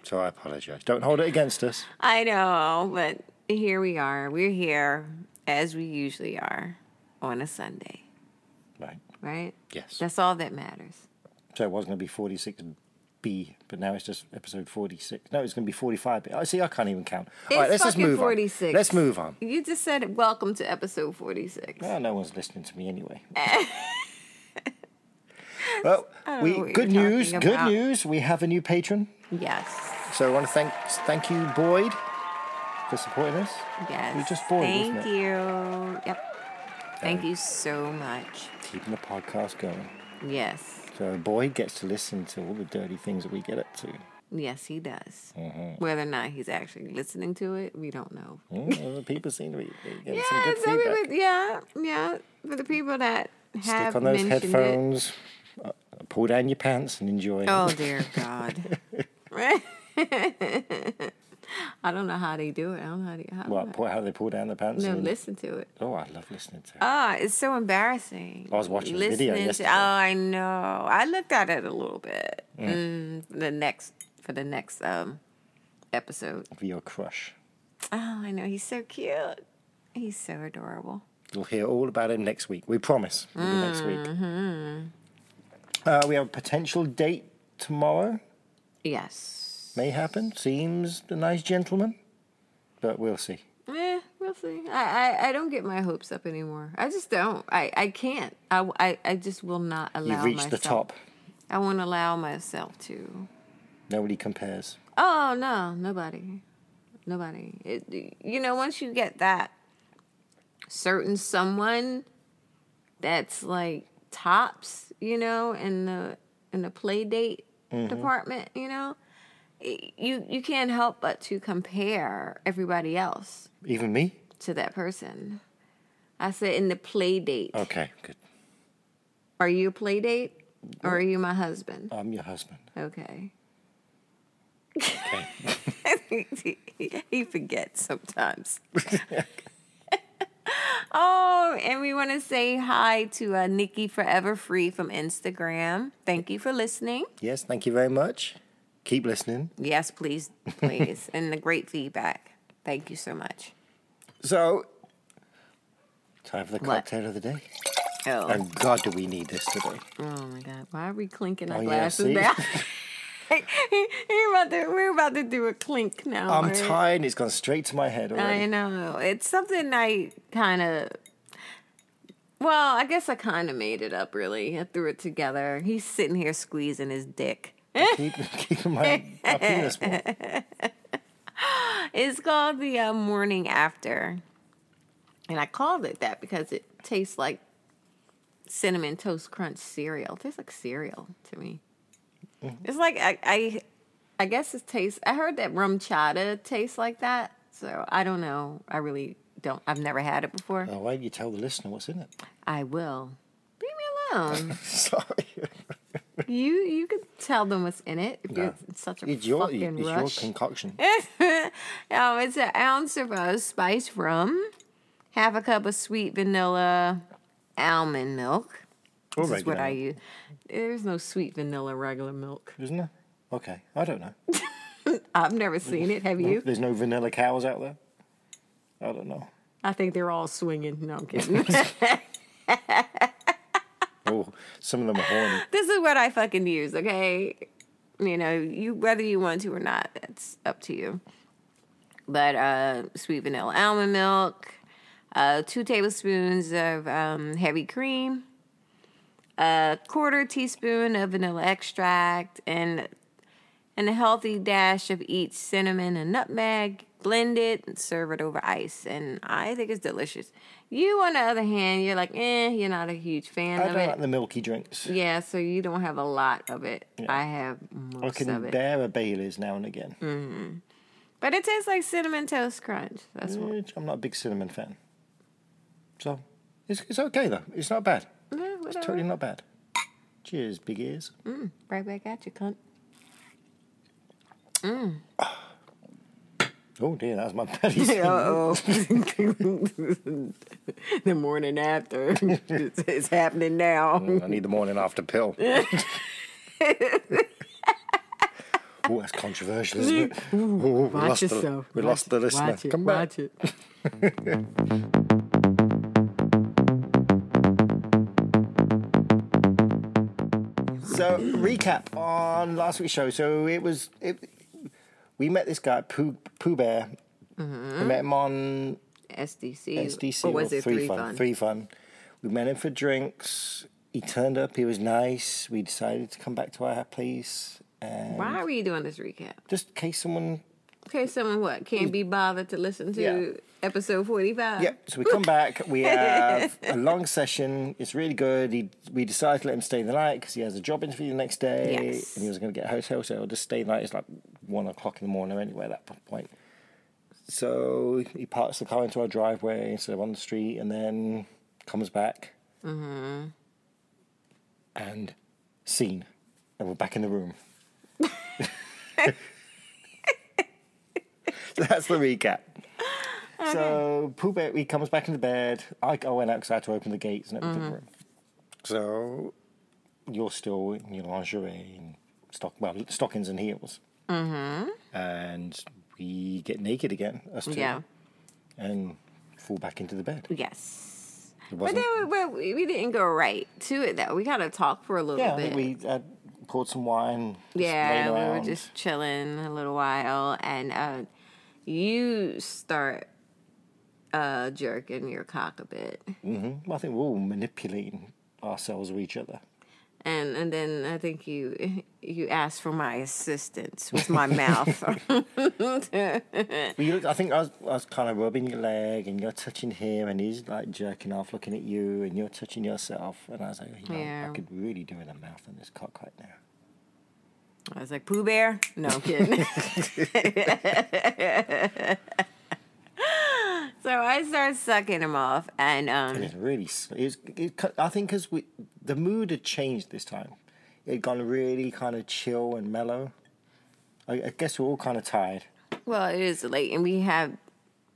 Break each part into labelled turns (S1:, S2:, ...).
S1: so I apologize. Don't hold it against us.
S2: I know, but here we are. We're here as we usually are on a Sunday,
S1: Right.
S2: right?
S1: Yes.
S2: That's all that matters.
S1: So it was going to be 46B, but now it's just episode 46. No, it's going to be 45. I see. I can't even count. All right,
S2: It's
S1: let's just
S2: fucking
S1: move
S2: 46.
S1: on. Let's move on.
S2: You just said welcome to episode 46.
S1: Oh, no one's listening to me anyway. well,
S2: know Oh, what
S1: we
S2: you're
S1: good news.
S2: talking
S1: Good
S2: about.
S1: news. We have a new patron.
S2: Yes.
S1: So I want to thank thank you, Boyd, for supporting us.
S2: Yes.
S1: We just Boyd,
S2: Thank
S1: isn't it?
S2: you. Yep. Thank you so much.
S1: Keeping the podcast going.
S2: Yes.
S1: So Boyd gets to listen to all the dirty things that we get up to.
S2: Yes, he does.
S1: Mm-hmm.
S2: Whether or not he's actually listening to it, we don't know.
S1: Mm, other people seem to be getting some
S2: Yeah,
S1: good
S2: so we
S1: feedback.
S2: would- yeah, yeah. For the people that have
S1: Stick on those
S2: mentioned it.
S1: headphones, uh, pull down your pants, and enjoy.
S2: Oh dear God. I don't know how they do it. I don't know how they how,
S1: What? Pull, how they pull down the pants?
S2: no
S1: and-
S2: listen to it.
S1: Oh, I love listening to. it.
S2: Ah, it's so embarrassing.
S1: I was watching a video
S2: Listening
S1: yesterday.
S2: To, oh, I know. I looked at it a little bit. Mm. the next for the next um episode.
S1: For your crush,
S2: Oh, I know. He's so cute. He's so adorable.
S1: you'll hear all about him next week. We promise. It'll be next week.
S2: Mm-hmm.
S1: Uh, we have a potential date tomorrow.
S2: Yes.
S1: May happen. Seems a nice gentleman, but we'll see.
S2: Eh, we'll see. I, I, I don't get my hopes up anymore. I just don't. I, I can't. I, I, I just will not allow
S1: You've reached
S2: myself.
S1: the top.
S2: I won't allow myself to.
S1: Nobody compares.
S2: Oh no, nobody, nobody. It, you know, once you get that certain someone that's like tops, you know, in the in the play date department, you know, i- you you can't help but to compare everybody else
S1: Even me.
S2: to that person. I said in the play date.
S1: Okay, good.
S2: Are you a play date or are you my husband?
S1: I'm your husband.
S2: Okay.
S1: Okay.
S2: he, he forgets sometimes. oh, and we want to say hi to uh, Nikki Forever Free from Instagram. Thank you for listening.
S1: yes, thank you very much. Keep listening.
S2: Yes, please, please, and the great feedback. Thank you so much.
S1: So, time for the
S2: What?
S1: cocktail of the day.
S2: Oh,
S1: And God, do we need this today?
S2: oh my God! Why are we clinking our
S1: Oh, yeah,
S2: glasses
S1: see?
S2: now? like, you're about to, we're about to do a clink now.
S1: I'm
S2: right?
S1: tired. It's gone straight to my head already.
S2: I know. It's something I kind of. Well, I guess I kind of made it up, really. I threw it together. He's sitting here squeezing his dick.
S1: keep, keep my, my penis warm.
S2: It's called the uh, morning after. And I called it that because it tastes like cinnamon toast crunch cereal. It tastes like cereal to me. It's like I, I I guess it tastes I heard that rum chata tastes like that. So I don't know. I really don't I've never had it before.
S1: Oh, why don't you tell the listener what's in it?
S2: I will. Leave me alone.
S1: Sorry.
S2: you you could tell them what's in it if
S1: No.
S2: you're such a
S1: It's your,
S2: fucking
S1: it's your
S2: rush.
S1: concoction.
S2: Oh, it's an ounce of uh, spiced rum, half a cup of sweet vanilla almond milk.
S1: Or
S2: This is what
S1: regular,
S2: I use. There's no sweet vanilla regular milk.
S1: Isn't there? Okay, I don't know.
S2: I've never seen it. Have you?
S1: There's no vanilla cows out there? I don't know.
S2: I think they're all swinging. No, I'm kidding.
S1: Oh, some of them are horny.
S2: this is what I fucking use. Okay, you know, you whether you want to or not, that's up to you. But uh, sweet vanilla almond milk, uh, two tablespoons of um, heavy cream, a quarter teaspoon of vanilla extract, and and a healthy dash of each cinnamon and nutmeg. Blend it and serve it over ice, and I think it's delicious. You, on the other hand, you're like, eh, you're not a huge fan
S1: I
S2: of
S1: don't
S2: it. Mm,
S1: like the milky drinks.
S2: Yeah, so you don't have a lot of it. I have
S1: I
S2: most of
S1: can
S2: it.
S1: bear a Bailey's now and again.
S2: But it tastes like cinnamon toast crunch. That's what
S1: Eh, I'm not a big cinnamon fan. So, it's, it's okay though. It's not bad.
S2: yeah,
S1: It's
S2: whatever. Mm.
S1: totally not bad. Cheers, big ears. Mm.
S2: right back at you, cunt.
S1: Oh dear, that was my belly.
S2: Uh-oh. the morning after. it's, it's happening now.
S1: I need the morning after pill. oh, that's controversial, isn't it? Ooh, we
S2: Watch
S1: lost
S2: yourself.
S1: The, we
S2: Watch
S1: lost the
S2: it.
S1: listener.
S2: Watch it.
S1: Come back.
S2: watch it.
S1: So recap on last week's show. So it was it, we met this guy Pooh Pooh Bear.
S2: Mm-hmm.
S1: We met him on
S2: SDC.
S1: SDC
S2: Or was
S1: or
S2: it
S1: Three
S2: three
S1: Fun.
S2: fun?
S1: Three Fun. We met him for drinks. He turned up. He was nice. We decided to come back to our place, and
S2: Why are we doing this recap?
S1: just in case someone.
S2: Okay, someone what? Can't be bothered to listen to
S1: Mm. Yeah.
S2: episode 45?
S1: Yep. So we come back. We have a long session. It's really good. He, we decided to let him stay the night because he has a job interview the next day,
S2: Yes.
S1: and he was going to get a hotel, so he'll just stay the night. It's like one o'clock in the morning anyway at that point. So he parks the car into our driveway instead of on the street, and then comes back. And scene, and we're back in the room. That's the recap. So Pooh Bear, he comes back into bed. I, I went out 'cause I had to open the gates and everything.
S2: Mm-hmm.
S1: for him. So you're still in your lingerie and stock, well, stockings and heels. Mm-hmm. And we get naked again, us two,
S2: Yeah.
S1: and fall back into the bed.
S2: Yes.
S1: It
S2: But
S1: wasn't.
S2: then we, but we we didn't go right to it though. We kind of talked for a little
S1: yeah, I
S2: bit.
S1: think we uh, poured some wine. just
S2: yeah,
S1: laying
S2: we were
S1: around.
S2: just chilling a little while, and uh, you start uh, jerking your cock a bit,
S1: Mhm. Well, I think we're all manipulating ourselves with each other.
S2: and and then I think you you asked for my assistance with my mouth.
S1: Well, you looked, I think I was, I was kind of rubbing your leg, and you're touching him, and he's like jerking off, looking at you, and you're touching yourself. And I was like, you know,
S2: Yeah.
S1: I could really do with a mouth on this cock right now.
S2: I was like, Pooh Bear? No, I'm kidding. so I start sucking him off, and
S1: And
S2: um,
S1: it's really, s- it's, it, cu- I think because the mood had changed this time, it had gone really kind of chill and mellow. I, I guess we're all kind of tired,
S2: well, it is late, and we have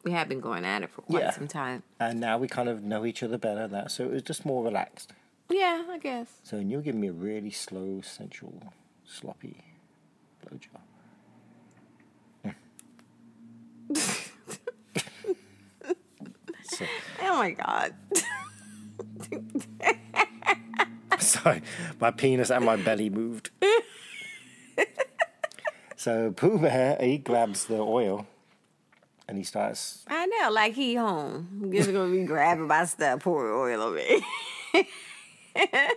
S2: we have been going at it for quite
S1: Yeah.
S2: some time.
S1: and now we kind of know each other better and that, so it was just more relaxed.
S2: Yeah, I guess.
S1: So, and you're giving me a really slow, sensual, sloppy blowjob. so,
S2: Oh my god.
S1: sorry, my penis and my belly moved. So Pooh Bear, he grabs the oil and he starts.
S2: I know, like he home. Just gonna be grabbing my stuff, pouring oil over it.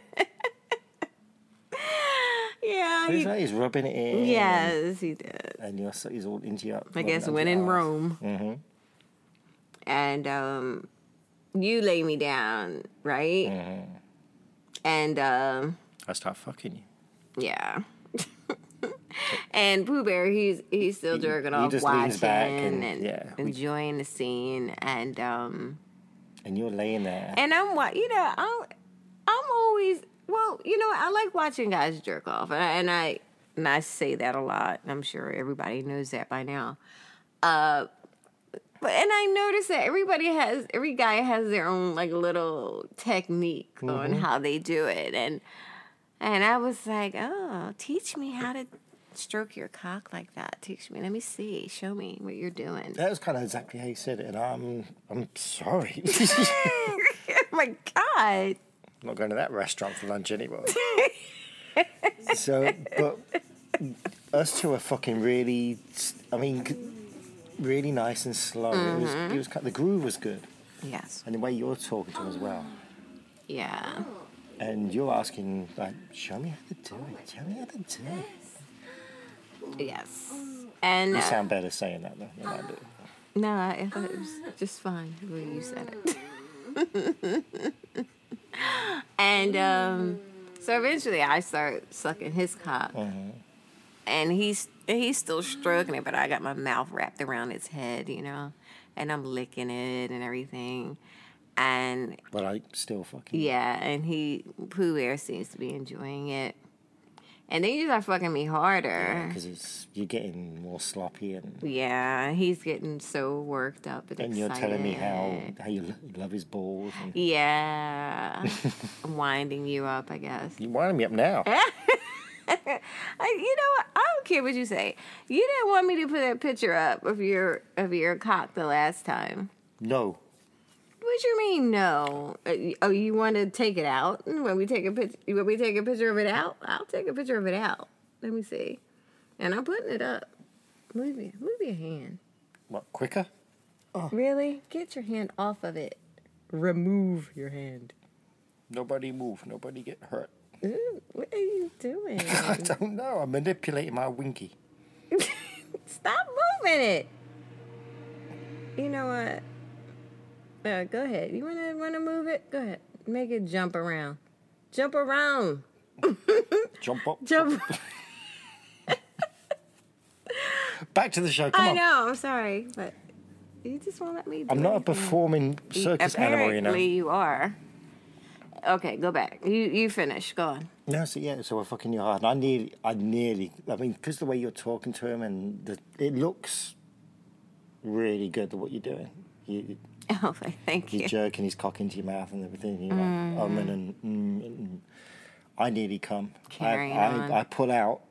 S2: yeah,
S1: Who's
S2: he,
S1: that? He's rubbing it in.
S2: yes, he did.
S1: And you're, so- he's all into your.
S2: I guess when
S1: when
S2: in Rome. And um, you lay me down, right? And um,
S1: Mm-hmm. I start fucking you.
S2: yeah. and Pooh Bear, he's he's still jerking
S1: he
S2: off,
S1: just
S2: watching
S1: leans back
S2: and,
S1: and- yeah, we-
S2: enjoying the scene, and um.
S1: And you're laying there.
S2: And I'm wa- you know, I'm I'm always well, you know, I like watching guys jerk off, and I and I, and I say that a lot. and I'm sure everybody knows that by now. Uh, but and I notice that everybody has every guy has their own like little technique on how they do it, and and I was like, oh, teach me how to stroke your cock like that. Teach me. Let me see. Show me what you're doing.
S1: That was kind of exactly how you said it. And I'm, I'm sorry.
S2: oh my god.
S1: I'm not going to that restaurant for lunch anymore. so, but us two are fucking really, I mean, c- really nice and slow. It was, it was, ki- the groove was good,
S2: Yes.
S1: and the way you're talking to him as well.
S2: Yeah.
S1: And you're asking, like, show me how to do it. Show me how to do it.
S2: Yes. And
S1: You
S2: uh,
S1: sound better saying that though. than I do.
S2: no, I I thought it was just fine the way you said it. and um, so eventually, I start sucking his cock, and he's and he's still struggling, but I got my mouth wrapped around his head, you know, and I'm licking it and everything, and
S1: But I still fucking.
S2: yeah, and he Pooh Bear seems to be enjoying it, and then you start fucking me harder.
S1: Because it's you're getting more sloppy and.
S2: Yeah, he's getting so worked up and,
S1: And you're telling me how,
S2: excited.
S1: how you lo- love his balls. And
S2: Yeah, I'm winding you up, I guess.
S1: you winding me up now.
S2: Eh? I, you know, what? I don't care what you say. You didn't want me to put that picture up of your of your cock the last time.
S1: No.
S2: What you mean? No. Uh, y- Oh, you want to take it out? Mm, When we take a picture, when we take a picture of it out, I'll take a picture of it out. Let me see. And I'm putting it up. Move your, move your hand.
S1: What, quicker? Oh.
S2: Really? Get your hand off of it. Remove your hand.
S1: Nobody move. Nobody get hurt.
S2: Ooh, what are you doing?
S1: I don't know. I'm manipulating my winky.
S2: Stop moving it. You know what? Uh, go ahead. You wanna wanna move it? Go ahead. Make it jump around. Jump around.
S1: Jump up.
S2: Jump.
S1: Back to the show. Come
S2: I
S1: on.
S2: know. I'm sorry, but you just won't let me. Do
S1: I'm not a
S2: anything.
S1: performing circus
S2: Mm-hmm. Apparently
S1: animal, you know.
S2: you are. Okay, go back. You you finish. Go on.
S1: No, so yeah, so we're fucking you hard. And I nearly, I nearly, I mean, because the way you're talking to him and the, it looks really good what you're doing. You,
S2: Oh, thank
S1: you're
S2: you.
S1: jerking his cock into your mouth and everything. You're
S2: Mm-hmm.
S1: like, um, and, and, mm, and, mm. I nearly come. I,
S2: Carrying on.
S1: I, I pull out,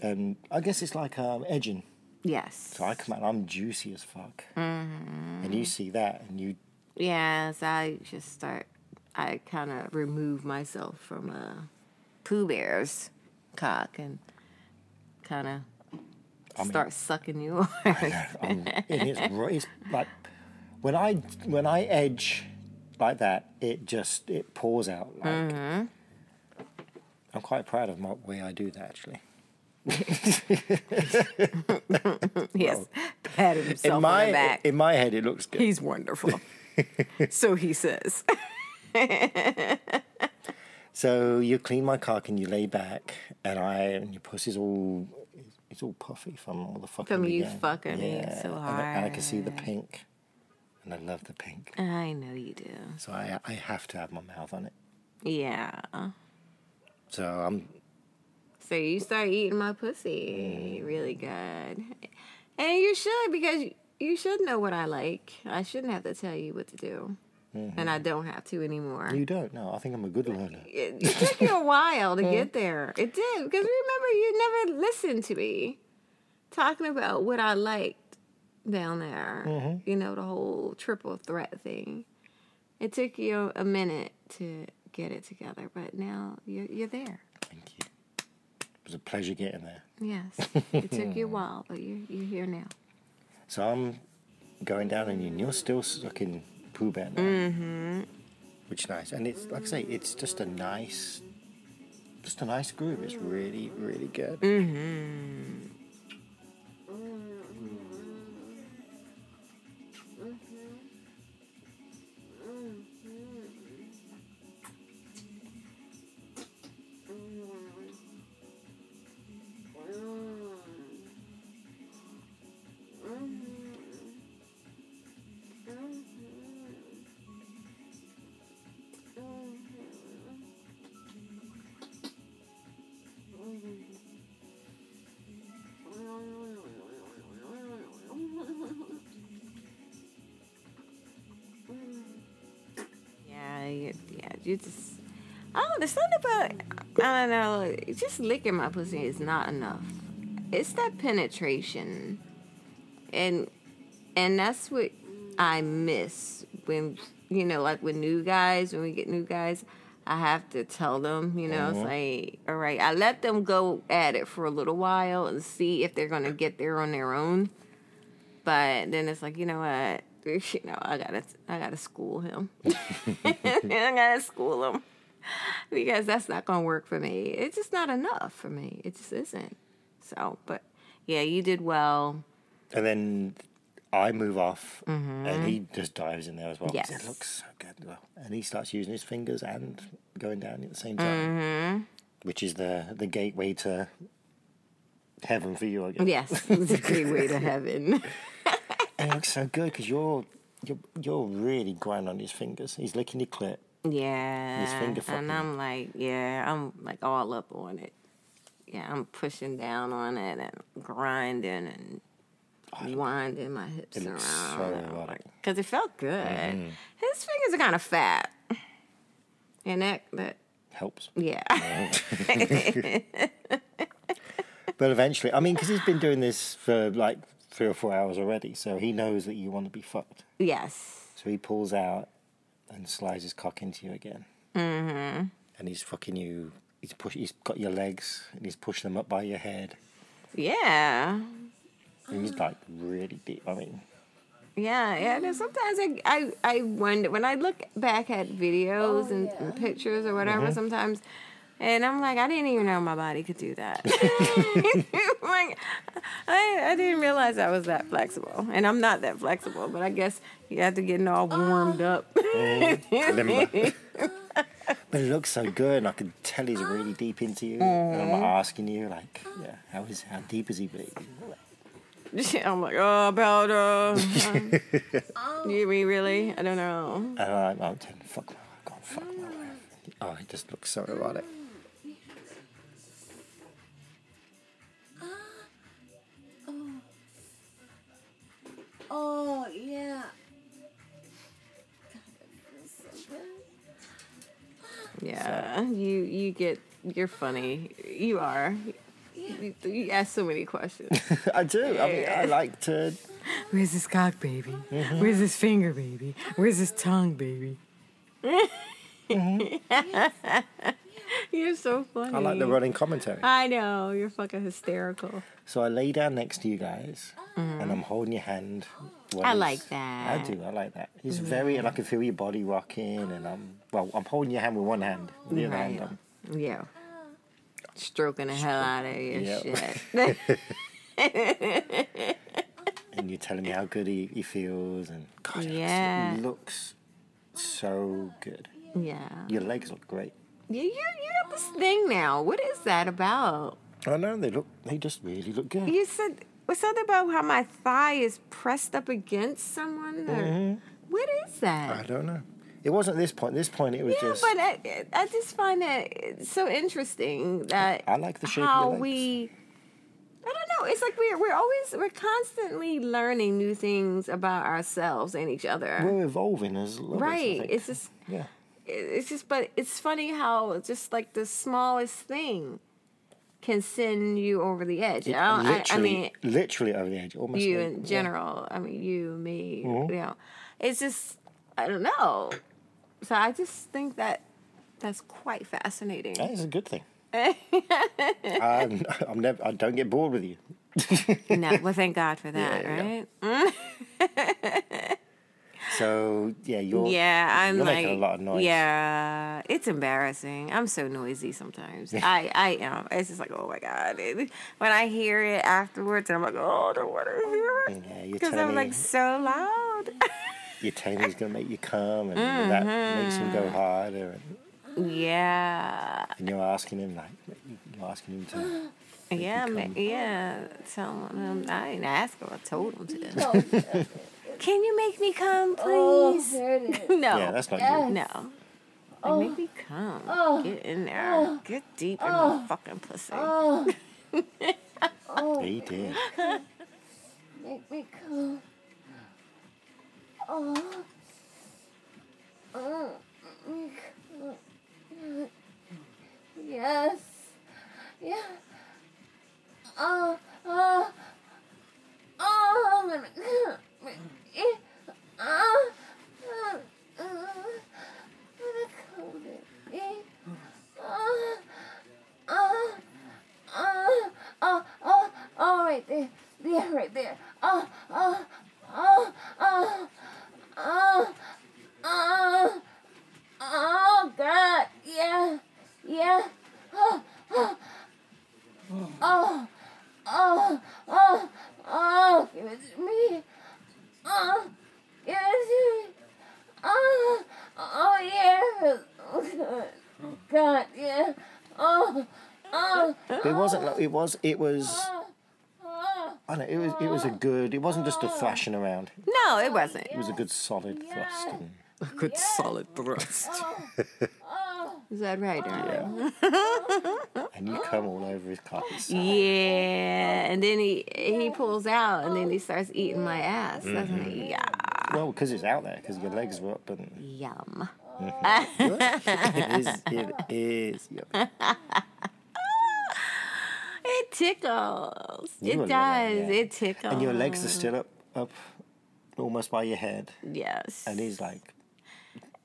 S1: and I guess it's like um, edging.
S2: Yes.
S1: So I come out and I'm juicy as fuck.
S2: Mm-hmm.
S1: And you see that and you
S2: Yes, I just start. I kind of remove myself from uh, Pooh Bear's cock and kind of start sucking you. hard.
S1: um, it is ro- it's like when I when I edge like that, it just it pours out like
S2: Mm-hmm.
S1: I'm quite proud of my way I do that actually.
S2: yes, pat himself
S1: In my
S2: on the back.
S1: in my head it looks good.
S2: He's wonderful. so he says.
S1: So you clean my cock and you lay back, and I and your pussy's all it's all puffy from all the fucking.
S2: From you
S1: beginning.
S2: fucking me so
S1: and I, and I can see the pink, and I love the pink.
S2: I know you do.
S1: So I I have to have my mouth on it.
S2: Yeah.
S1: So I'm
S2: So you start eating my pussy really good. And you should because you should know what I like. I shouldn't have to tell you what to do. And
S1: Mm-hmm.
S2: I don't have to anymore.
S1: you don't know. I think I'm a good learner.
S2: it, it took you a while to get there. It did because remember you never listened to me talking about what I liked down there. You know the whole triple threat thing. It took you a minute to get it together, but now you're you're there.
S1: Thank you. was a pleasure getting there.
S2: Yes. It took you a while, but you you're here now.
S1: So I'm going down on you, and you're still stuck in Pooh Bear now. Mm-hmm. Which is nice. And it's, like I say, it's just a nice, just a nice groove. It's really, really good. Mm-hmm.
S2: Yeah, you, yeah, you just. Oh, there's something about. I don't know. Just licking my pussy is not enough. It's that penetration, and and that's what I miss when you know, like with new guys. When we get new guys, I have to tell them. You know, it's like, all right, I let them go at it for a little while and see if they're gonna get there on their own. But then it's like, you know what? You know, I gotta, I gotta school him. I gotta school him because that's not gonna work for me. It's just not enough for me. It just isn't. So, but yeah, you did well.
S1: And then I move off, and he just dives in there as well. 'cause
S2: Mm-hmm. Yes.
S1: It looks so good. Well, And he starts using his fingers and going down at the same time,
S2: Mm-hmm.
S1: which is the, the gateway to heaven for you, I guess.
S2: Yes, it's a great way to heaven.
S1: And it looks so good because you're, you're, you're really grinding on his fingers. He's licking your clit.
S2: Yeah,
S1: finger fucking-
S2: and I'm like, yeah, I'm like all up on it. Yeah, I'm pushing down on it and grinding and winding my hips
S1: Oh, It
S2: around.
S1: looks so Mm-hmm. erotic.
S2: because it felt good. His fingers are kind of fat, and that that
S1: Helps.
S2: yeah,
S1: But eventually, I mean, because he's been doing this for like three or four hours already, so he knows that you want to be fucked.
S2: yes,
S1: So he pulls out and slides his cock into you again. Mm-hmm. And he's fucking you. He's push. He's got your legs and he's pushing them up by your head.
S2: yeah,
S1: And he's like really deep. I mean,
S2: yeah, yeah. There's sometimes I, I I wonder when I look back at videos and, and pictures or whatever sometimes. And I'm like, I didn't even know my body could do that. like, I, I didn't realize I was that flexible. And I'm not that flexible, but I guess you have to get all warmed up.
S1: limber. but it looks so good, and I can tell he's really deep into you. And
S2: Mm-hmm.
S1: I'm asking you, like, yeah, how is how deep is he bleeding?
S2: I'm like, oh, powder. you mean really? I don't know.
S1: And I'm, I'm telling, fuck my wife, God, fuck my wife. Oh, it just looks so erotic.
S3: Oh, yeah. God, that feels so good.
S2: Yeah, you you get you're funny. You are. You, you ask so many questions.
S1: I do. I mean, I like to.
S4: Where's his cock, baby? Where's his finger, baby? Where's his tongue, baby?
S2: you're so funny.
S1: I like the running commentary.
S2: I know you're fucking hysterical.
S1: So I lay down next to you guys, and I'm holding your hand. while
S2: Mm-hmm. I
S1: he's-
S2: like that.
S1: I do. I like that.
S2: Mm-hmm.
S1: He's very, and I can feel your body rocking, and I'm well. I'm holding your hand with one hand, um, with the other hand.
S2: Right.
S1: I'm,
S2: Yeah, stroking the hell out of your
S1: Yeah.
S2: shit.
S1: and you're telling me how good he, he feels, and God, it looks-
S2: Yeah.
S1: it looks so good.
S2: yeah,
S1: Your legs look great.
S2: yeah, you you got this thing now. What is that about?
S1: I know they look. They just really look good.
S2: You said what's something about how my thigh is pressed up against someone? Or, what is that?
S1: Mm-hmm. I don't know. It wasn't this point. This point, it was
S2: Yeah,
S1: just.
S2: but I, I just find that it's so interesting that
S1: I like the shape of your
S2: how
S1: legs.
S2: we. I don't know. It's like we're we're always we're constantly learning new things about ourselves and each other.
S1: we're evolving as lovers. I
S2: right.
S1: think.
S2: It's just
S1: yeah.
S2: it's just but it's funny how it's just like the smallest thing can send you over the edge. I, don't, I, I
S1: literally,
S2: mean,
S1: literally over the edge. Almost
S2: you
S1: like-
S2: in
S1: yeah. Mm-hmm.
S2: general. I mean, you, me, you know. It's just, I don't know. So I just think that that's quite fascinating.
S1: That is a good thing. I'm, I'm never. I don't get bored with you.
S2: No, well, thank God for that,
S1: Yeah, yeah.
S2: right? Mm,
S1: So yeah, you're.
S2: Yeah, I'm
S1: you're
S2: like,
S1: making a lot of noise.
S2: yeah, it's embarrassing. I'm so noisy sometimes. I, I am. It's just like, oh my god. It- when I hear it afterwards, I'm like, oh, I don't want to hear
S1: Yeah,
S2: it
S1: Mm-hmm. you're
S2: because
S1: telling
S2: I'm like
S1: me-
S2: so loud.
S1: Your tamer's gonna make you come, and that makes him
S2: Mm-hmm.
S1: go harder. And,
S2: yeah,
S1: and you're asking him like, you're asking him to.
S2: yeah, ma- yeah. Tell him I didn't ask him. I told him to.
S3: Oh,
S2: Can you make me come,
S3: oh,
S2: please?
S3: there it is.
S2: no,
S1: Yeah, that's not
S3: Yeah.
S1: you.
S2: no. Like, make me come.
S3: Oh.
S2: Get in there.
S3: Oh.
S2: Get deep in my fucking pussy.
S3: Oh, oh,
S1: He did.
S3: make me come. Oh, oh, make me come. Yes, yes. Oh, oh, oh, I'm gonna come. Eh, Oh, oh, oh, I'm gonna come. Eh, Oh, oh. Oh, oh, oh, oh, right there, there, right there. Oh, oh, oh, oh, oh, oh, oh, God, yeah, yeah. Oh, oh, oh, oh, oh, oh, give it to me. Oh, give it to me. Oh, oh, yeah. God, yeah. Oh, oh.
S1: But it wasn't. Like, it was. It was.
S3: Oh,
S1: I don't know. It was. It was a good. It wasn't just a thrashing around. It
S2: No, it wasn't.
S1: was a good solid thrust. And,
S4: Good solid thrust.
S3: Oh.
S2: Is that right, darling?
S1: and you come all over his carpet.
S2: Yeah.
S1: So
S2: And then he he pulls out and
S3: Oh.
S2: then he starts eating my ass, doesn't
S1: Mm-hmm.
S2: he? Yeah.
S1: Well, because it's out there, because your legs were up, and
S2: Yum.
S1: it is. It is. Yep.
S2: It tickles.
S1: You
S2: it
S1: were loving
S2: does.
S1: it.
S2: It tickles.
S1: And your legs are still up, up, almost by your head,
S2: Yes.
S1: and he's like,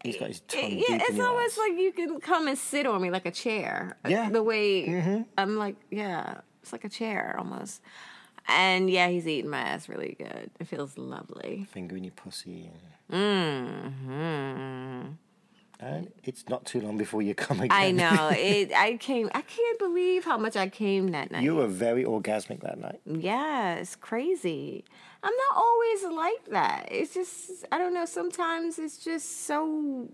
S1: he's got his tongue
S2: It-
S1: deep
S2: yeah,
S1: in
S2: it's
S1: your
S2: almost
S1: ass.
S2: like you can come and sit on me like a chair. Uh,
S1: Yeah. Mm-hmm.
S2: The way I'm like, yeah, it's like a chair almost. And yeah, he's eating my ass really good. It feels lovely.
S1: finger in your pussy. Mm. And, and it's not too long before you come again.
S2: I know. It I came I can't believe how much I came that night.
S1: you were very orgasmic that night.
S2: Yeah, it's crazy. I'm not always like that. It's just I don't know. Sometimes it's just so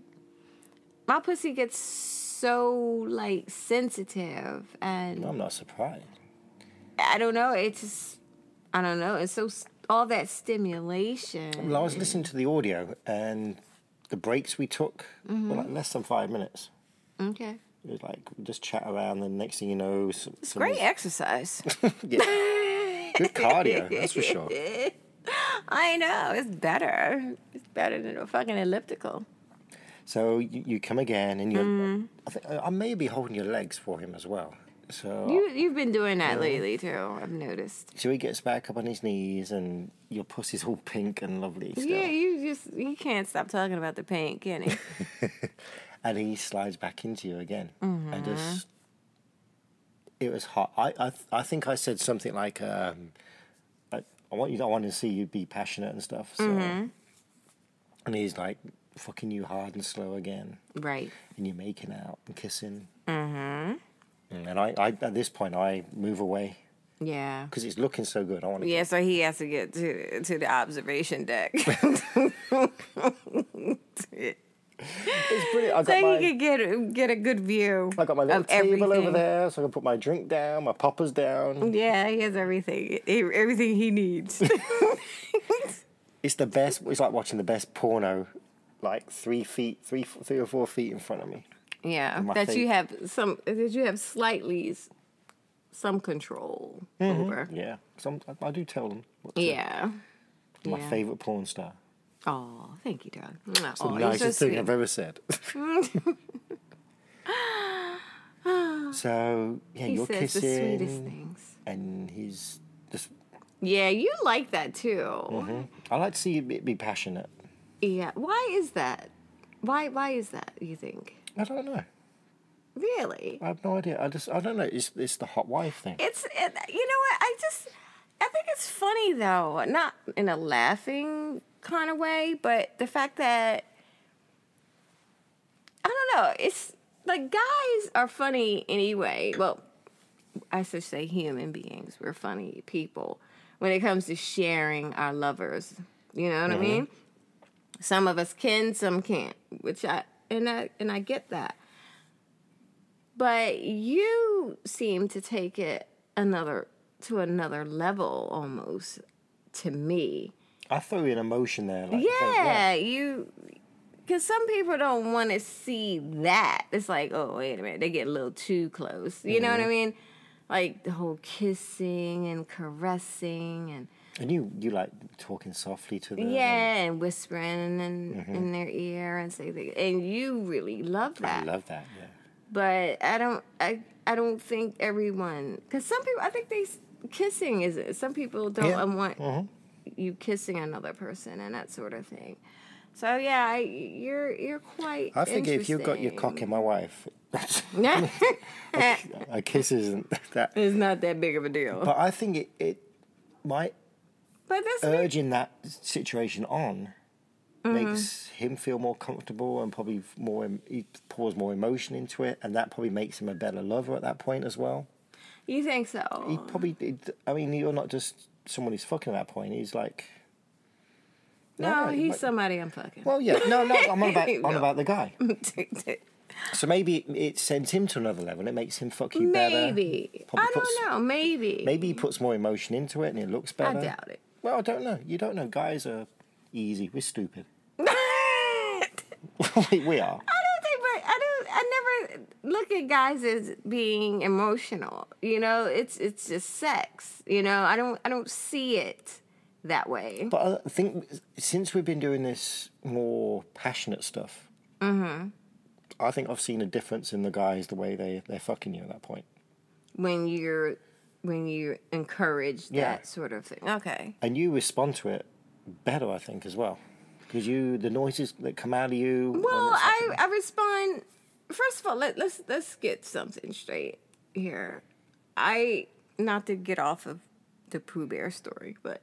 S2: my pussy gets so like sensitive, and
S1: I'm not surprised.
S2: I don't know. It's just I don't know. It's so s- all that stimulation.
S1: Well, I was listening to the audio, and the breaks we took were like less than five minutes.
S2: Okay,
S1: It was like just chat around, and next thing you know, some,
S2: it's great exercise.
S1: good cardio. that's for sure.
S2: I know. It's better. It's better than a fucking elliptical.
S1: So you, you come again, and you.
S2: Mm.
S1: I think I may be holding your legs for him as well. So
S2: You you've been doing that lately too. I've noticed.
S1: so he gets back up on his knees, and your pussy's all pink and lovely. Still.
S2: Yeah, you just you can't stop talking about the paint, can you?
S1: and he slides back into you again.
S2: Mm-hmm.
S1: And just, it was hot. I, I, I think I said something like, um, I, I want you, I want to see you be passionate and stuff. So,
S2: Mm-hmm.
S1: and he's like, fucking you hard and slow again,
S2: right.
S1: and you're making out and kissing. Mm-hmm. And I, I, at this point, I move away
S2: Yeah.
S1: because it's looking so good. I want to.
S2: Yeah, so he has to get to to the observation deck.
S1: It's brilliant. I
S2: so
S1: got
S2: he
S1: my,
S2: could get get a good view.
S1: I got my little
S2: of
S1: table over
S2: everything.
S1: there, so I can put my drink down, my poppers down.
S2: Yeah, he has everything. e- Everything he needs.
S1: It's the best. It's like watching the best porno, like three feet, three, three or four feet in front of me.
S2: yeah.
S1: My
S2: That you
S1: fate.
S2: have some that you have slightly s- some control
S1: Mm-hmm.
S2: over.
S1: Yeah, 'cause I'm- I, I do tell them. What to-
S2: Yeah.
S1: My
S2: yeah.
S1: favorite porn star.
S2: Oh, thank you, Doug.
S1: The
S2: Oh, you're so
S1: nicest thing
S2: sweet.
S1: I've ever said. so yeah,
S2: He
S1: you're
S2: says the
S1: kissing,
S2: sweetest things.
S1: and he's just.
S2: Yeah, you like that too.
S1: I like to see you be, be passionate.
S2: Yeah. Why is that? Why why is that, you think?
S1: I don't know.
S2: Really?
S1: I have no idea. I just, I don't know. It's, it's the hot wife thing.
S2: It's it, you know what? I just I think it's funny though, not in a laughing kind of way, but the fact that I don't know. It's like guys are funny anyway. Well, I should say human beings. We're funny people when it comes to sharing our lovers. You know what I mean? Some of us can, some can't. Which I and I and I get that. But you seem to take it another to another level almost to me.
S1: I threw in emotion there. Like,
S2: Yeah,
S1: so,
S2: you because some people don't want to see that. It's like, oh wait a minute, they get a little too close. You know what I mean? Like the whole kissing and caressing and
S1: And you, you like talking softly to them.
S2: yeah, and whispering and in their ear and say, things. and you really love
S1: I
S2: that
S1: love that. Yeah.
S2: but I don't I I don't think everyone because some people I think they s- kissing is some people don't
S1: Yeah. Mm-hmm.
S2: want you kissing another person and that sort of thing. So yeah, I, you're you're quite.
S1: I think if you got your cock in my wife,
S2: it's
S1: a kiss isn't that.
S2: not that big of a deal. But,
S1: But uh, I think it, it my
S2: this
S1: urging that situation on makes
S2: Mm.
S1: him feel more comfortable and probably more em- he pours more emotion into it, and that probably makes him a better lover at that point as well.
S2: you think so?
S1: He probably, it- I mean, you're not just someone he's fucking at that point. He's like,
S2: no,
S1: no,
S2: he's
S1: but-
S2: somebody I'm fucking.
S1: well, yeah, no, no, I'm on about,
S2: No.
S1: on about the guy. So maybe it, it sends him to another level. and It makes him fuck you better.
S2: maybe
S1: uh, Probably
S2: I
S1: puts-
S2: don't know. Maybe
S1: Maybe uh, he puts more emotion into it and it looks
S2: I
S1: better.
S2: doubt it.
S1: Well, I don't know. You don't know. Guys are easy. We're stupid. we, we are.
S2: I don't think, but I don't. I never look at guys as being emotional. You know, it's it's just sex. You know, I don't I don't see it that way.
S1: But I think since we've been doing this more passionate stuff, mm-hmm. I think I've seen a difference in the guys the way they they're fucking you at that point.
S2: when you're when you encourage that
S1: Yeah.
S2: sort of thing. Okay.
S1: and you respond to it better, I think, as well, because you the noises that come out of you. when
S2: Well,
S1: it's
S2: I, I respond. First of all, let, let's let's get something straight here. I not to get off of the Pooh Bear story, but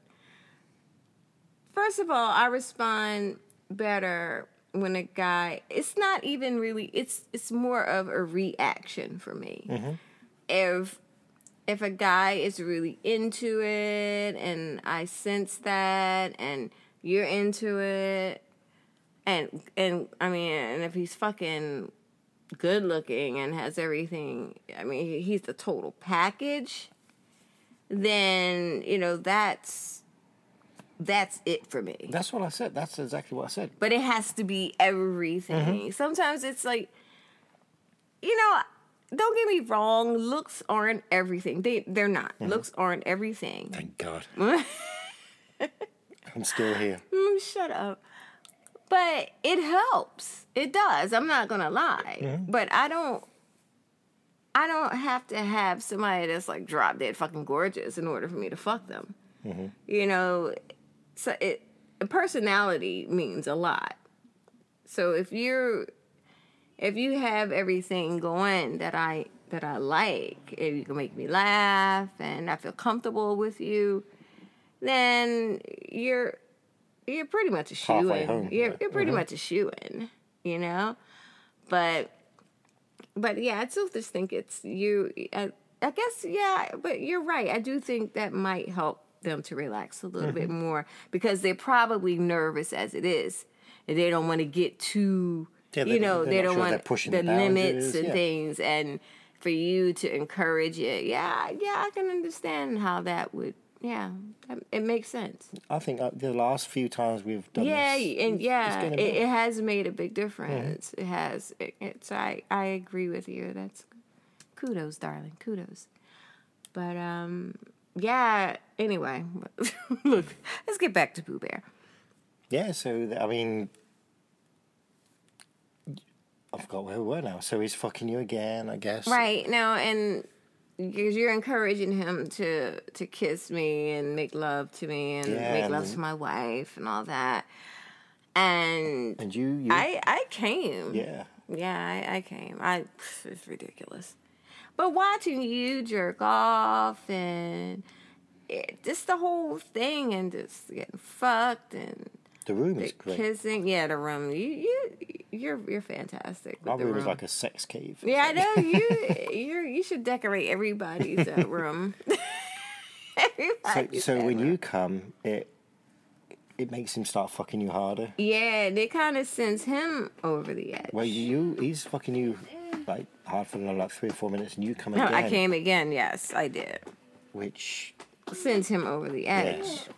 S2: first of all, I respond better when a guy. It's not even really. It's it's more of a reaction for me. If if a guy is really into it, and I sense that, and you're into it, and and I mean, and if he's fucking good looking and has everything, I mean, he- he's the total package. Then you know that's that's it for me.
S1: that's what I said. That's exactly what I said.
S2: But it has to be everything. Sometimes it's like, you know, don't get me wrong. Looks aren't everything. They they're not. Looks aren't everything.
S1: Thank God. I'm still here.
S2: Mm, shut up. But it helps. It does. I'm not gonna lie. But I don't. I don't have to have somebody that's like drop dead fucking gorgeous in order for me to fuck them.
S1: Mm-hmm.
S2: You know, so it personality means a lot. So if you're if you have everything going that I that I like, and you can make me laugh and I feel comfortable with you, then you're you're pretty much a shoe
S1: Halfway
S2: in.
S1: home, Mm-hmm.
S2: You're,
S1: yeah.
S2: you're pretty much a shoe in, you know. But but yeah, I still just think it's you. I, I guess yeah, but you're right. I do think that might help them to relax a little
S1: Mm-hmm.
S2: bit more because they're probably nervous as it is, and they don't want to get too.
S1: Yeah, they
S2: you
S1: don't-
S2: know,
S1: they're
S2: they
S1: not
S2: don't
S1: sure they're
S2: want
S1: pushing
S2: the
S1: the boundaries,
S2: limits and
S1: yeah.
S2: things, and for you to encourage it. Yeah, yeah, I can understand how that would. Yeah, that- it makes sense.
S1: I think uh, the last few times we've done
S2: Yeah,
S1: this,
S2: and yeah,
S1: gonna
S2: it,
S1: be-
S2: it has made a big difference. It has. It, it's. I. I agree with you. That's kudos, darling. Kudos. But um, yeah. Anyway, look, let's get back to Pooh Bear.
S1: yeah. So th- I mean, I forgot where we were now. So he's fucking you again, I guess.
S2: Right now, and because you're encouraging him to to kiss me and make love to me and
S1: Yeah,
S2: make
S1: and
S2: love
S1: then-
S2: to my wife and all that, and
S1: And you, you
S2: I I came.
S1: yeah.
S2: Yeah, I, I came. I it's ridiculous. But watching you jerk off and it, just the whole thing and just getting fucked and
S1: The room
S2: the
S1: is great.
S2: kissing. Yeah, the room. You you you're you're fantastic. With
S1: Our
S2: the
S1: room
S2: room
S1: is like a sex cave.
S2: yeah, I know you. you you should decorate everybody's uh, room.
S1: So,
S2: Everybody's
S1: so
S2: room.
S1: when you come, it it makes him start fucking you harder.
S2: yeah, they kind of sends him over the edge.
S1: Well, you he's fucking you like hard for another like three or four minutes, and you come
S2: no,
S1: again,
S2: I came again. Yes, I did.
S1: which
S2: sends him over the edge.
S1: Yes.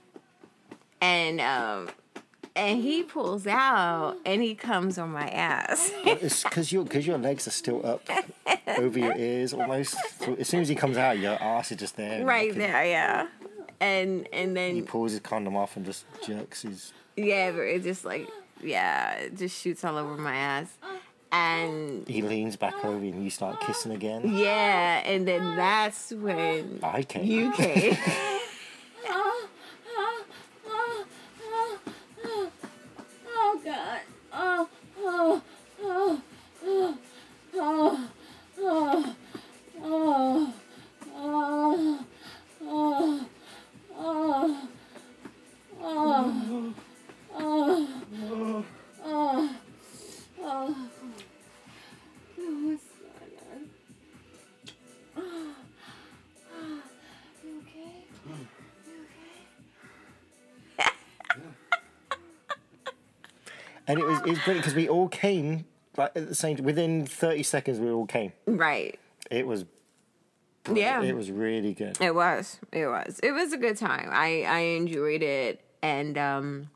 S2: And um and he pulls out and he comes on my ass.
S1: it's because your because your legs are still up over your ears almost. So as soon as he comes out, your ass is just there, and
S2: right
S1: fucking-
S2: there, yeah. And and
S1: He
S2: then
S1: pulls his condom off and just jerks his.
S2: yeah, but it just like yeah, it just shoots all over my ass. And
S1: He leans back over and you start kissing again.
S2: yeah, and then that's when
S1: I came.
S2: you came.
S3: Oh, oh, oh, oh, oh, oh, God. Oh, oh, oh, oh, oh, oh, oh, oh, oh, oh, oh, oh, oh, oh. No, it's not on. Oh, oh, you okay? You okay?
S1: And it was it's brilliant because we all came like at the same within thirty seconds. We all came.
S2: right.
S1: It was
S2: Yeah.
S1: it was really good.
S2: It was. It was. It was a good time. I I enjoyed it and um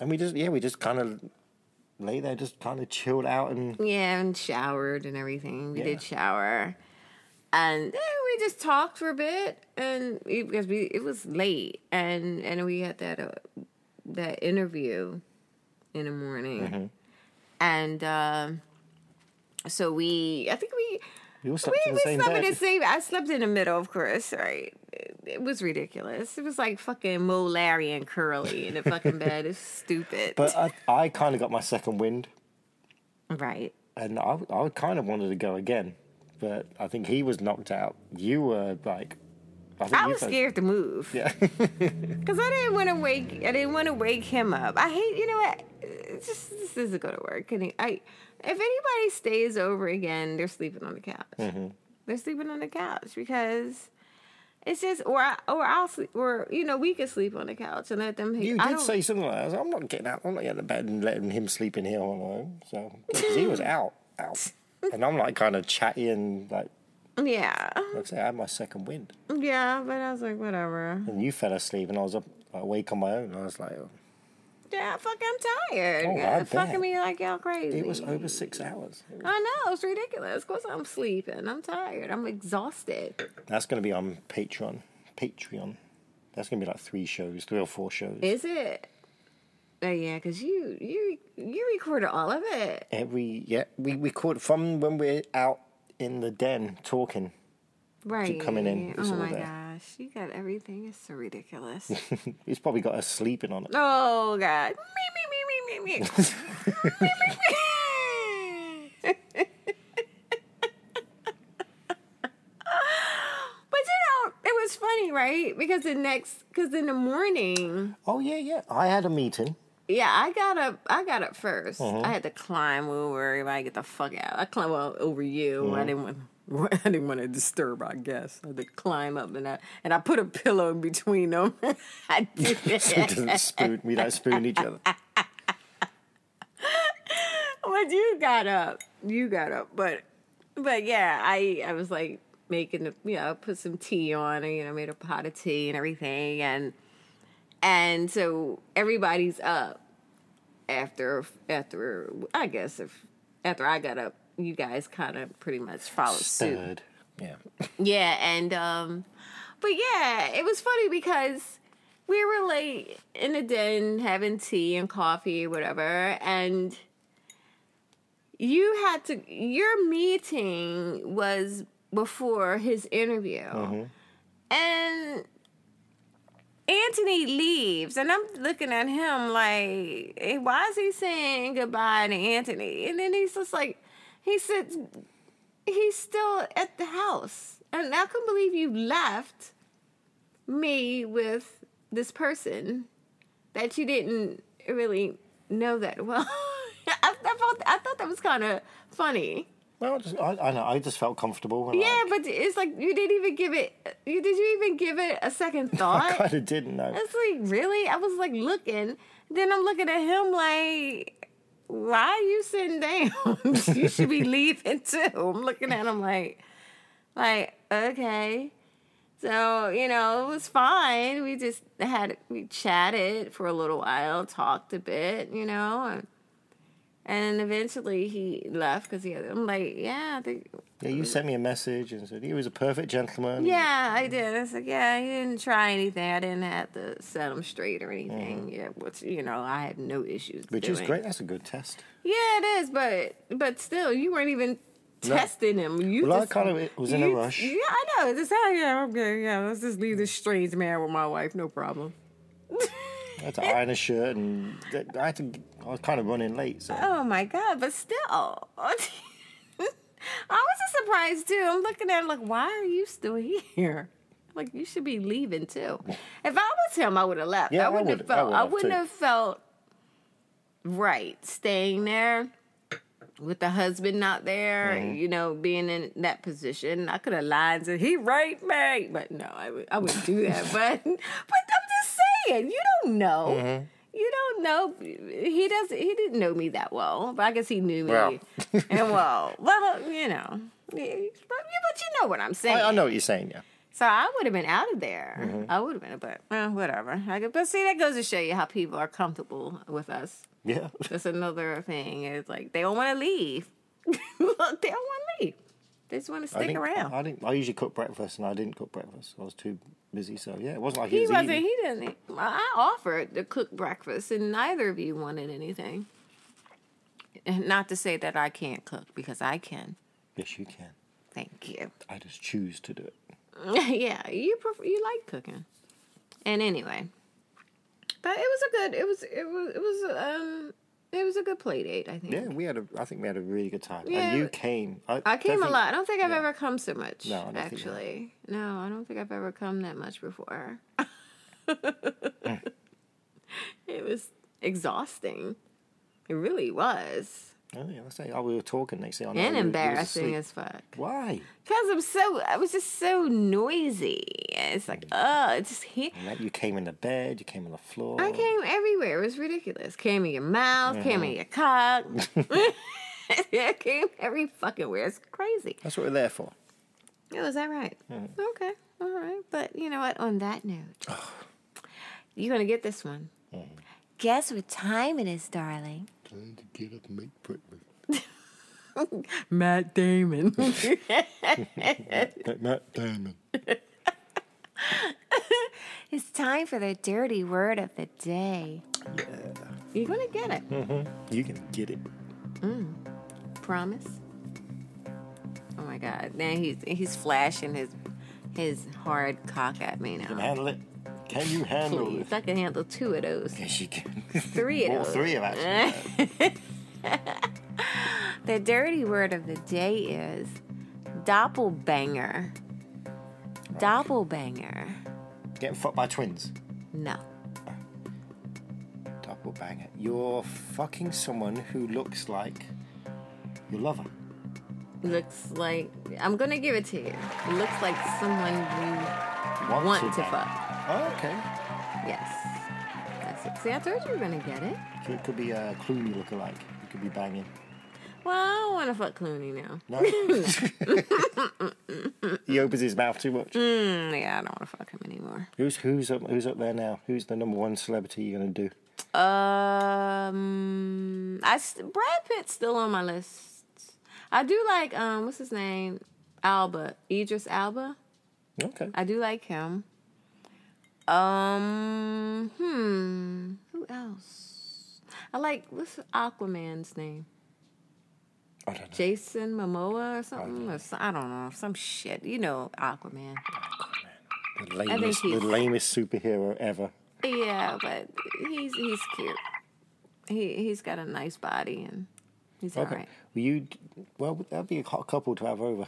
S1: And we just yeah we just kind of lay there, just kind of chilled out and
S2: Yeah, and showered and everything. We
S1: Yeah.
S2: did shower, and eh, we just talked for a bit, and we- because we it was late, and and we had that uh, that interview in the morning,
S1: Mm-hmm.
S2: and um, so we I think we
S1: we all slept
S2: we, we
S1: in the same
S2: slept in
S1: bed.
S2: the same. I slept in the middle, of course. Right? It, it was ridiculous. It was like fucking Mo Larry and Curly in the fucking bed. It's stupid.
S1: But I, I kind of got my second wind,
S2: right.
S1: and I I kind of wanted to go again, but I think he was knocked out. You were like, I, think
S2: I
S1: you
S2: was
S1: both-
S2: scared to move.
S1: Yeah.
S2: Cause I didn't want to wake. I didn't want to wake him up. I hate. You know what? It's just this isn't gonna work. And he- I, if anybody stays over again, they're sleeping on the couch.
S1: Mm-hmm.
S2: They're sleeping on the couch because it's just or I, or I'll sleep or you know we could sleep on the couch and let them.
S1: You
S2: I
S1: did
S2: don't-
S1: say something like, that. I was like, "I'm not getting out. I'm not getting out of bed and letting him sleep in here all alone." So 'cause he was out, out, and I'm like kind of chatty and like,
S2: Yeah,
S1: like I say, I had my second wind,
S2: yeah, but I was like, whatever.
S1: and you fell asleep, and I was up awake on my own. I was like, oh.
S2: Yeah, fuck, I'm tired.
S1: Oh, I
S2: Yeah, fucking
S1: bet.
S2: me like y'all crazy.
S1: it was over six hours.
S2: I know it's ridiculous. Of course, I'm sleeping. I'm tired. I'm exhausted.
S1: That's going to be on Patreon. Patreon. That's going to be like three shows, three or four shows.
S2: Is it? Oh yeah, because you you you recorded all of it.
S1: Every yeah, we record from when we're out in the den talking.
S2: Right.
S1: coming in, it's
S2: Oh
S1: all
S2: my
S1: there.
S2: gosh, you got everything. It's so ridiculous.
S1: It's probably got us sleeping on it.
S2: oh god. Me me me me me me. Me, me, me. But you know, it was funny, right? Because the next, because in the morning,
S1: Oh yeah, yeah. I had a meeting.
S2: Yeah, I got up. I got up 1st I had to climb over everybody. Get the fuck out. I climbed well, over you. I didn't want. I didn't want to disturb. I guess I had to climb up and I and I put a pillow in between them. I did
S1: so
S2: that.
S1: it doesn't spoon. We don't spoon each other.
S2: But you got up. You got up. But but yeah, I I was like making the you know put some tea on and you know made a pot of tea and everything and and so everybody's up after after I guess if after I got up, you guys kind of pretty much followed suit.
S1: Third. Yeah.
S2: Yeah, and um but yeah, it was funny because we were like in the den having tea and coffee, whatever, and you had to your meeting was before his interview. And Anthony leaves, and I'm looking at him like, eh, why is he saying goodbye to Anthony? And then he's just like, he sits, he's still at the house. And I can believe you left me with this person that you didn't really know that well. I, I, felt, I thought that was kind of funny.
S1: Well, just, I, I know. I just felt comfortable. and
S2: Yeah, but it's like you didn't even give it. You did you even give it a second
S1: I, I
S2: thought?
S1: kind of didn't know.
S2: It's like really. I was like looking. Then I'm looking at him like, why are you sitting down? you should be leaving too. I'm looking at him like, like okay. So you know it was fine. We just had we chatted for a little while, talked a bit, you know, and, and eventually he left because he had. I'm like, yeah, I think
S1: Yeah, you sent me a message and said he was a perfect gentleman.
S2: yeah,
S1: Mm-hmm.
S2: I did. I was like, yeah, he didn't try anything. I didn't have to set him straight or anything. Yeah, which you know, I had no issues.
S1: Mm-hmm. Which is
S2: doing.
S1: great. That's a good test.
S2: Yeah, it is, but but still, you weren't even testing him. You
S1: Well, I
S2: just,
S1: kind of was in a
S2: you-
S1: rush.
S2: Yeah, I know. Just oh, yeah, okay, yeah. Let's just leave this strange man with my wife. No problem.
S1: I had to iron a shirt and th- I had to. I was kind of running late, so
S2: Oh my god! But still, I was just surprised too. I'm looking at him like, why are you still here? Like you should be leaving too. If I was him, I would have left.
S1: Yeah, I
S2: I wouldn't have
S1: would- I
S2: felt.
S1: would
S2: I,
S1: have,
S2: wouldn't
S1: too.
S2: have felt right staying there with the husband not there. You know, being in that position, I could have lied to he right me, but no, I would. I would do that. but but I'm just saying, you don't know.
S1: Mm-hmm.
S2: You don't know. He doesn't. He didn't know me that well, but I guess he knew me.
S1: Well.
S2: and well, well, you know. But you but you know what I'm saying.
S1: I, I know Mm-hmm. what you're saying. Yeah,
S2: So I would have been out of there. I would have been, but well, whatever. I could, but see, that goes to show you how people are comfortable with us.
S1: yeah.
S2: That's another thing. It's like they don't want to leave. Look, they don't want to leave. They just want to
S1: I
S2: stick
S1: didn't-
S2: around.
S1: I didn't. I usually cook breakfast, and I didn't cook breakfast. I was too busy, so yeah, it wasn't like he,
S2: he
S1: was
S2: wasn't.
S1: eating.
S2: He didn't. e, I offered to cook breakfast, and neither of you wanted anything. And Not to say that I can't cook because I can.
S1: Yes, you can.
S2: Thank you.
S1: I just choose to do it.
S2: yeah, you prefer, you like cooking. And anyway, but it was a good. It was it was it was um it was a good play date. I think.
S1: Yeah, we had a. I think we had a really good time.
S2: Yeah.
S1: And you came.
S2: I came
S1: don't
S2: a
S1: think-
S2: lot. I don't think I've
S1: yeah.
S2: ever come so much.
S1: No, I don't think you have.
S2: actually, no, I don't think I've ever come that much before. it was exhausting. It really was,
S1: Oh, yeah, I say. Oh, we were talking next thing. I know
S2: and
S1: you- you was
S2: embarrassing
S1: asleep.
S2: as fuck.
S1: Why?
S2: Cause I'm so, I was just so noisy. It's like, oh, it's just here.
S1: And that you came in the bed. You came on the floor.
S2: I came everywhere. It was ridiculous. Came in your mouth, came in your cock. it came every fucking where. It's crazy.
S1: That's what we're there for.
S2: Oh, is that right? Okay. All right. But you know what? On that note, you're going to get this one. Guess what time it is, darling?
S1: Time to get up and make breakfast.
S4: Matt Damon.
S1: Like Matt Damon.
S2: It's time for the dirty word of the day. You're going to get it.
S1: You can get it.
S2: Promise. Oh my God. Now he's, he's flashing his, his hard cock at me
S1: Can
S2: now.
S1: handle it. Can you handle
S2: Please,
S1: this?
S2: I can handle two of those.
S1: Yes, you can.
S2: Three of
S1: All
S2: those.
S1: three of us.
S2: The dirty word of the day is doppelbanger. Doppelbanger.
S1: Getting fucked by twins.
S2: No.
S1: Doppelbanger. You're fucking someone who looks like your lover.
S2: Looks like I'm gonna give it to you. It looks like someone you
S1: Want,
S2: want to
S1: bang.
S2: fuck.
S1: Oh, okay.
S2: Yes. That's it. See, I told you you were gonna get it.
S1: So it could be a Clooney lookalike. You could be banging.
S2: Well, I don't wanna fuck Clooney now.
S1: No. he opens his mouth too much.
S2: Mm, yeah, I don't wanna fuck him anymore.
S1: Who's who's up who's up there now? Who's the number one celebrity you're gonna do?
S2: Um, I st- Brad Pitt's still on my list. I do like um, what's his name? Alba Idris Alba.
S1: Okay.
S2: I do like him. Um, hmm, who else? I like what's Aquaman's name?
S1: I don't know.
S2: Jason Momoa or something? Or so- I don't know, some shit. You know, Aquaman.
S1: The lamest, the
S2: he's-
S1: lamest superhero ever.
S2: Yeah, but he's he's cute. He he's got a nice body and he's
S1: Okay.
S2: all right.
S1: Well, you, well, that'd be a hot couple to have over.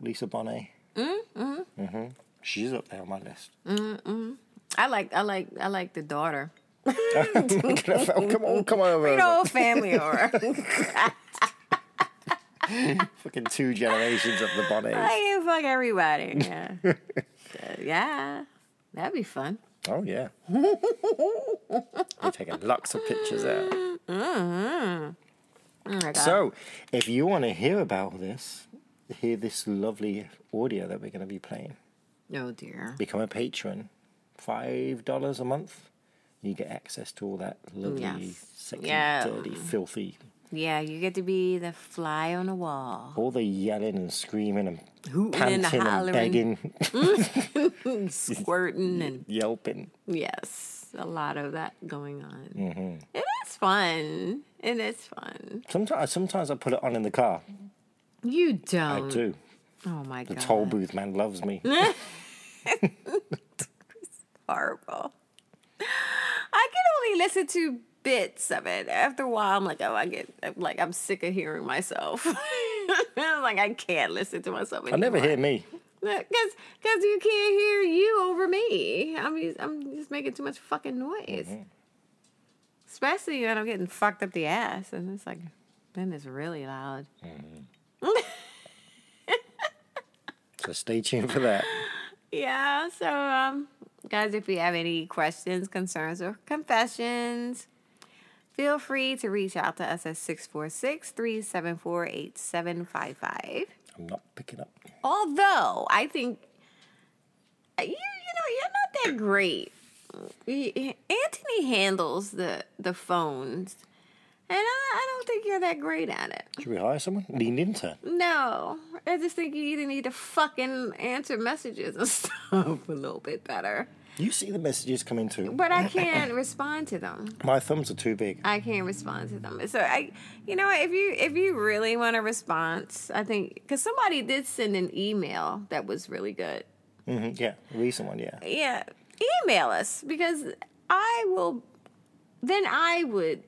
S1: Lisa Bonet. Mm,
S2: Mm-hmm.
S1: hmm She's up there on my list.
S2: I like I like I like the daughter.
S1: come on, come on over.
S2: You know, family horror.
S1: Fucking two generations of the Bonets.
S2: I can fuck everybody. Yeah. So, yeah. That'd be fun.
S1: Oh yeah. We're taking lots of pictures out.
S2: Oh my God.
S1: So, if you want to hear about this, hear this lovely audio that we're going to be playing.
S2: oh dear.
S1: Become a patron, five dollars a month. You get access to all that lovely,
S2: Yes.
S1: sexy,
S2: Yeah.
S1: dirty, filthy,
S2: Yeah, you get to be the fly on the wall.
S1: all the yelling and screaming and
S2: Hooting
S1: panting
S2: and
S1: and
S2: hollering.
S1: begging,
S2: Squirting and
S1: yelping.
S2: yes, a lot of that going on.
S1: Mm-hmm.
S2: It is fun. It is fun.
S1: Sometimes, sometimes I put it on in the car.
S2: You
S1: I
S2: don't.
S1: do.
S2: Oh my
S1: The
S2: god.
S1: toll booth man loves me.
S2: horrible. I can only listen to bits of it. After a while, I'm like, oh, I get I'm like I'm sick of hearing myself. I'm like I can't listen to myself
S1: I
S2: anymore.
S1: never hear me.
S2: because because you can't hear you over me. I'm just, I'm just making too much fucking noise.
S1: Mm-hmm.
S2: Especially when I'm getting fucked up the ass, and it's like then it's really loud.
S1: So stay tuned for that.
S2: Yeah, so um guys, if you have any questions, concerns, or confessions, feel free to reach out to us at 646-374-8755.
S1: I'm not picking up.
S2: Although I think uh, you you know, you're not that great. Y- Anthony handles the the phones. And I, I don't think you're that great at it.
S1: Should we hire someone? Lean intern.
S2: No, I just think you either need to fucking answer messages and stuff a little bit better.
S1: You see the messages coming too.
S2: But I can't respond to them.
S1: My thumbs are too big.
S2: I can't respond to them. So I, you know, what, if you if you really want a response, I think because somebody did send an email that was really good.
S1: hmm Yeah, recent one. Yeah.
S2: Yeah, email us because I will. Then I would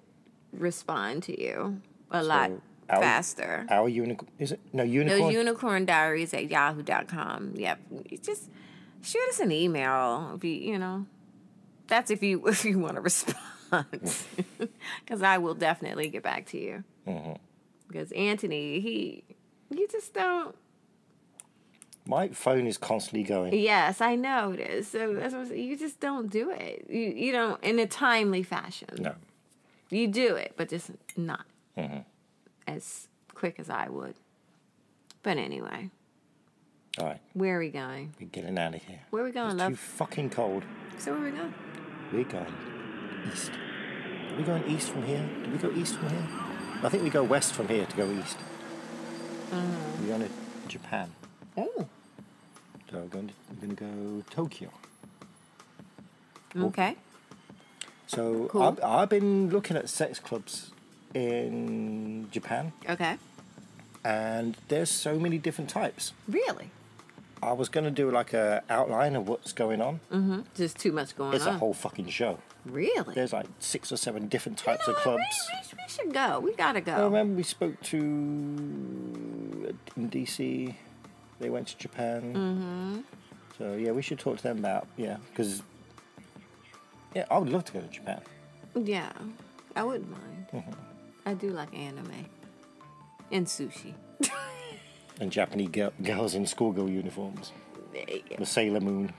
S2: respond to you a lot
S1: our-
S2: faster.
S1: Our unicorn is it? No
S2: The
S1: unicorn.
S2: unicorn diaries at yahoo.com. Yep. You Just shoot us an email if you, you know. That's if you if you want a response. Cuz I will definitely get back to you. Because Anthony, he you just don't
S1: My phone is constantly going.
S2: Yes, I know it is. So that's what I'm saying. you just don't do it. You you don't in a timely fashion.
S1: No.
S2: You do it, but just not as quick as I would. But anyway,
S1: All right,
S2: where are we going?
S1: we're getting out of here.
S2: Where are we going,
S1: It's too
S2: love?
S1: fucking cold.
S2: So where we going?
S1: We're going east. Are we going east from here? Do we go east from here? I think we go west from here to go east. We're going to Japan.
S2: Oh,
S1: So we're going to, we're going to go Tokyo.
S2: okay.
S1: So
S2: Cool.
S1: I've, I've been looking at sex clubs in Japan,
S2: Okay.
S1: and there's so many different types.
S2: Really?
S1: I was going to do like a outline of what's going on.
S2: Mm-hmm. Just too much going
S1: It's
S2: on.
S1: a whole fucking show.
S2: really?
S1: There's like six or seven different
S2: You know
S1: types of
S2: what?
S1: clubs.
S2: We, we- we should go. We gotta
S1: I
S2: go.
S1: remember we spoke to uh, in DC. They went to Japan. Mm-hmm. So yeah, we should talk to them about yeah because yeah, I would love to go to Japan.
S2: Yeah, I wouldn't mind.
S1: Mm-hmm.
S2: I do like anime and sushi.
S1: And Japanese girl, girls in schoolgirl uniforms, the Sailor Moon,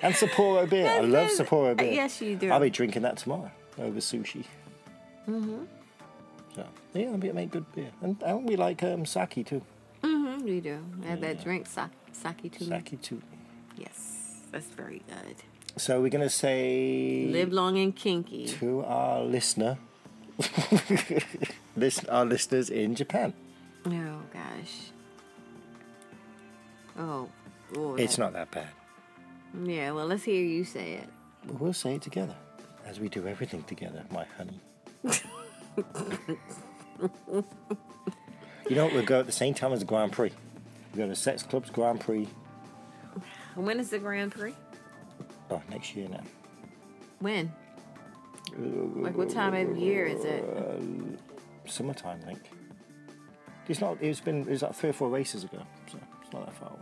S1: and Sapporo beer. I love Sapporo beer.
S2: Yes, you do.
S1: I'll be drinking that tomorrow over sushi. Mm-hmm. So yeah, that'll be make good beer, and, and we like um, sake too.
S2: hmm you do. Add that drink sa- sake to me.
S1: Sake too.
S2: Yes, that's very good.
S1: So we're gonna say
S2: Live long and kinky.
S1: to our listener, listen, our listeners in Japan.
S2: Oh gosh. Oh. Lord.
S1: It's not that bad.
S2: Yeah. Well, let's hear you say it.
S1: But we'll say it together, as we do everything together, my honey. you know what? We'll go at the same time as the Grand Prix. We go to Sex Clubs Grand Prix.
S2: When is the Grand Prix?
S1: Oh, next year now.
S2: When? Like what time of year is it?
S1: Summertime, I think. It's not. It's been. It was like three or four races ago, so it's not that far away.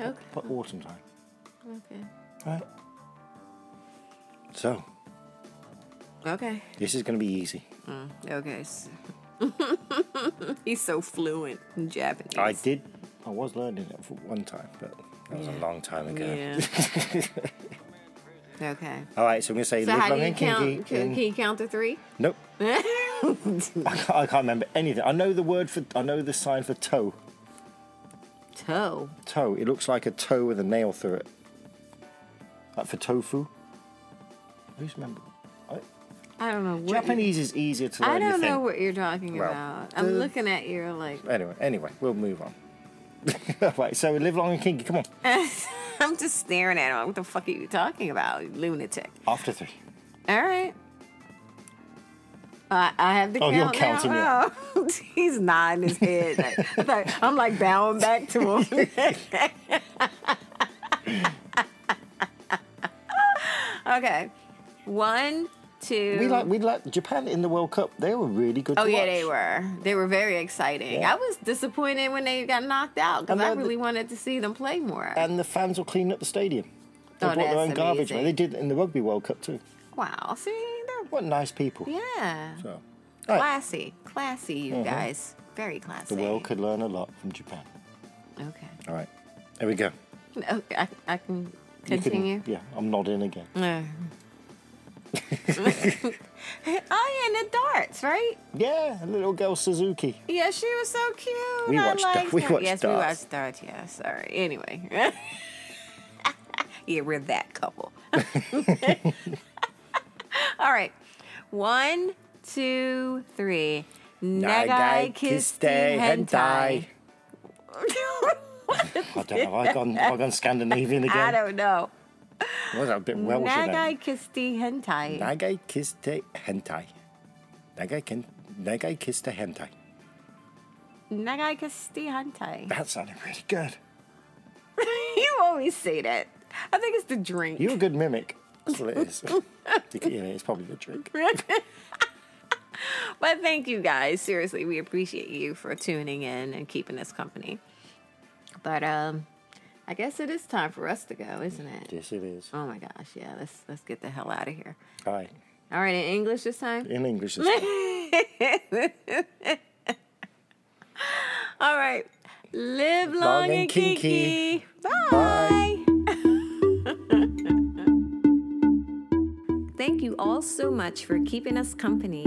S2: Okay.
S1: But autumn time,
S2: Okay.
S1: right? So
S2: Okay.
S1: this is going to be easy.
S2: Okay. s- He's so fluent in Japanese.
S1: I did. I was learning it for one time, but that was a long time ago.
S2: Yeah. okay.
S1: All right, so I'm going to say
S2: So
S1: live
S2: how
S1: long
S2: do you
S1: and kinky.
S2: count? Can,
S1: in-
S2: can you count to three?
S1: Nope. I can't, I can't remember anything. I know the word for. I know the sign for toe.
S2: Toe.
S1: Toe. It looks like a toe with a nail through it. Like for tofu. Who's remember? I,
S2: I don't know. What
S1: Japanese is easier to learn.
S2: I
S1: you
S2: don't know
S1: think.
S2: what you're talking
S1: Well,
S2: about. I'm
S1: the-
S2: looking at you like
S1: Anyway, anyway, we'll move on. right, so live long and kinky. Come on.
S2: I'm just staring at him. What the fuck are you talking about, you lunatic?
S1: After three.
S2: All right. I, I have to
S1: Oh, you're
S2: count now.
S1: counting,
S2: Oh, he's nodding his head. Like, I'm like- I'm like bowing back to him. okay. One, two.
S1: We like we like Japan in the World Cup. They were really good.
S2: Oh
S1: to
S2: yeah,
S1: watch.
S2: they were. They were very exciting.
S1: Yeah.
S2: I was disappointed when they got knocked out because
S1: And
S2: I
S1: then the-
S2: really wanted to see them play more.
S1: And the fans will clean up the stadium. They
S2: Oh,
S1: brought their
S2: that's
S1: own garbage. Man.
S2: amazing.
S1: They did it in the Rugby World Cup too.
S2: wow, see, they're
S1: What nice people.
S2: yeah,
S1: So, Oh. all right. Mm-hmm.
S2: classy, classy, you guys, very classy.
S1: The world could learn a lot from Japan.
S2: Okay.
S1: All right, there we go.
S2: Okay, I, I can
S1: You couldn't-
S2: continue.
S1: yeah, I'm nodding again.
S2: Uh. oh yeah, and the darts, right?
S1: Yeah, little girl Suzuki.
S2: Yeah, she was so cute.
S1: We
S2: I
S1: watched dar-
S2: liked
S1: we
S2: her.
S1: watched
S2: yes, we
S1: darts.
S2: watched darts. Yeah, sorry. Anyway, yeah, we're that couple. All right, one, two, three. Nagai kiste hentai.
S1: I don't know. Have I gone? Have I gone Scandinavian
S2: I
S1: again?
S2: don't know.
S1: Was that a bit Welsh? in there?
S2: Nagai kiste hentai.
S1: Nagai kiste hentai. Nagai ken. Nagai kiste hentai.
S2: Nagai kiste hentai.
S1: That sounded really good.
S2: you always say that. I think it's the drink.
S1: You're a good mimic. That's what it is. You can- yeah, it's probably the drink.
S2: but thank you guys. Seriously, we appreciate you for tuning in and keeping us company. But um, I guess it is time for us to go, isn't it?
S1: Yes, it is.
S2: Oh my gosh, yeah. Let's let's get the hell out of here.
S1: All right,
S2: All right, in English this time.
S1: in English. it's-
S2: All right, live long,
S1: Long
S2: and,
S1: and
S2: kinky.
S1: kinky.
S2: Bye. Thank you all so much for keeping us company.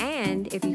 S2: And if you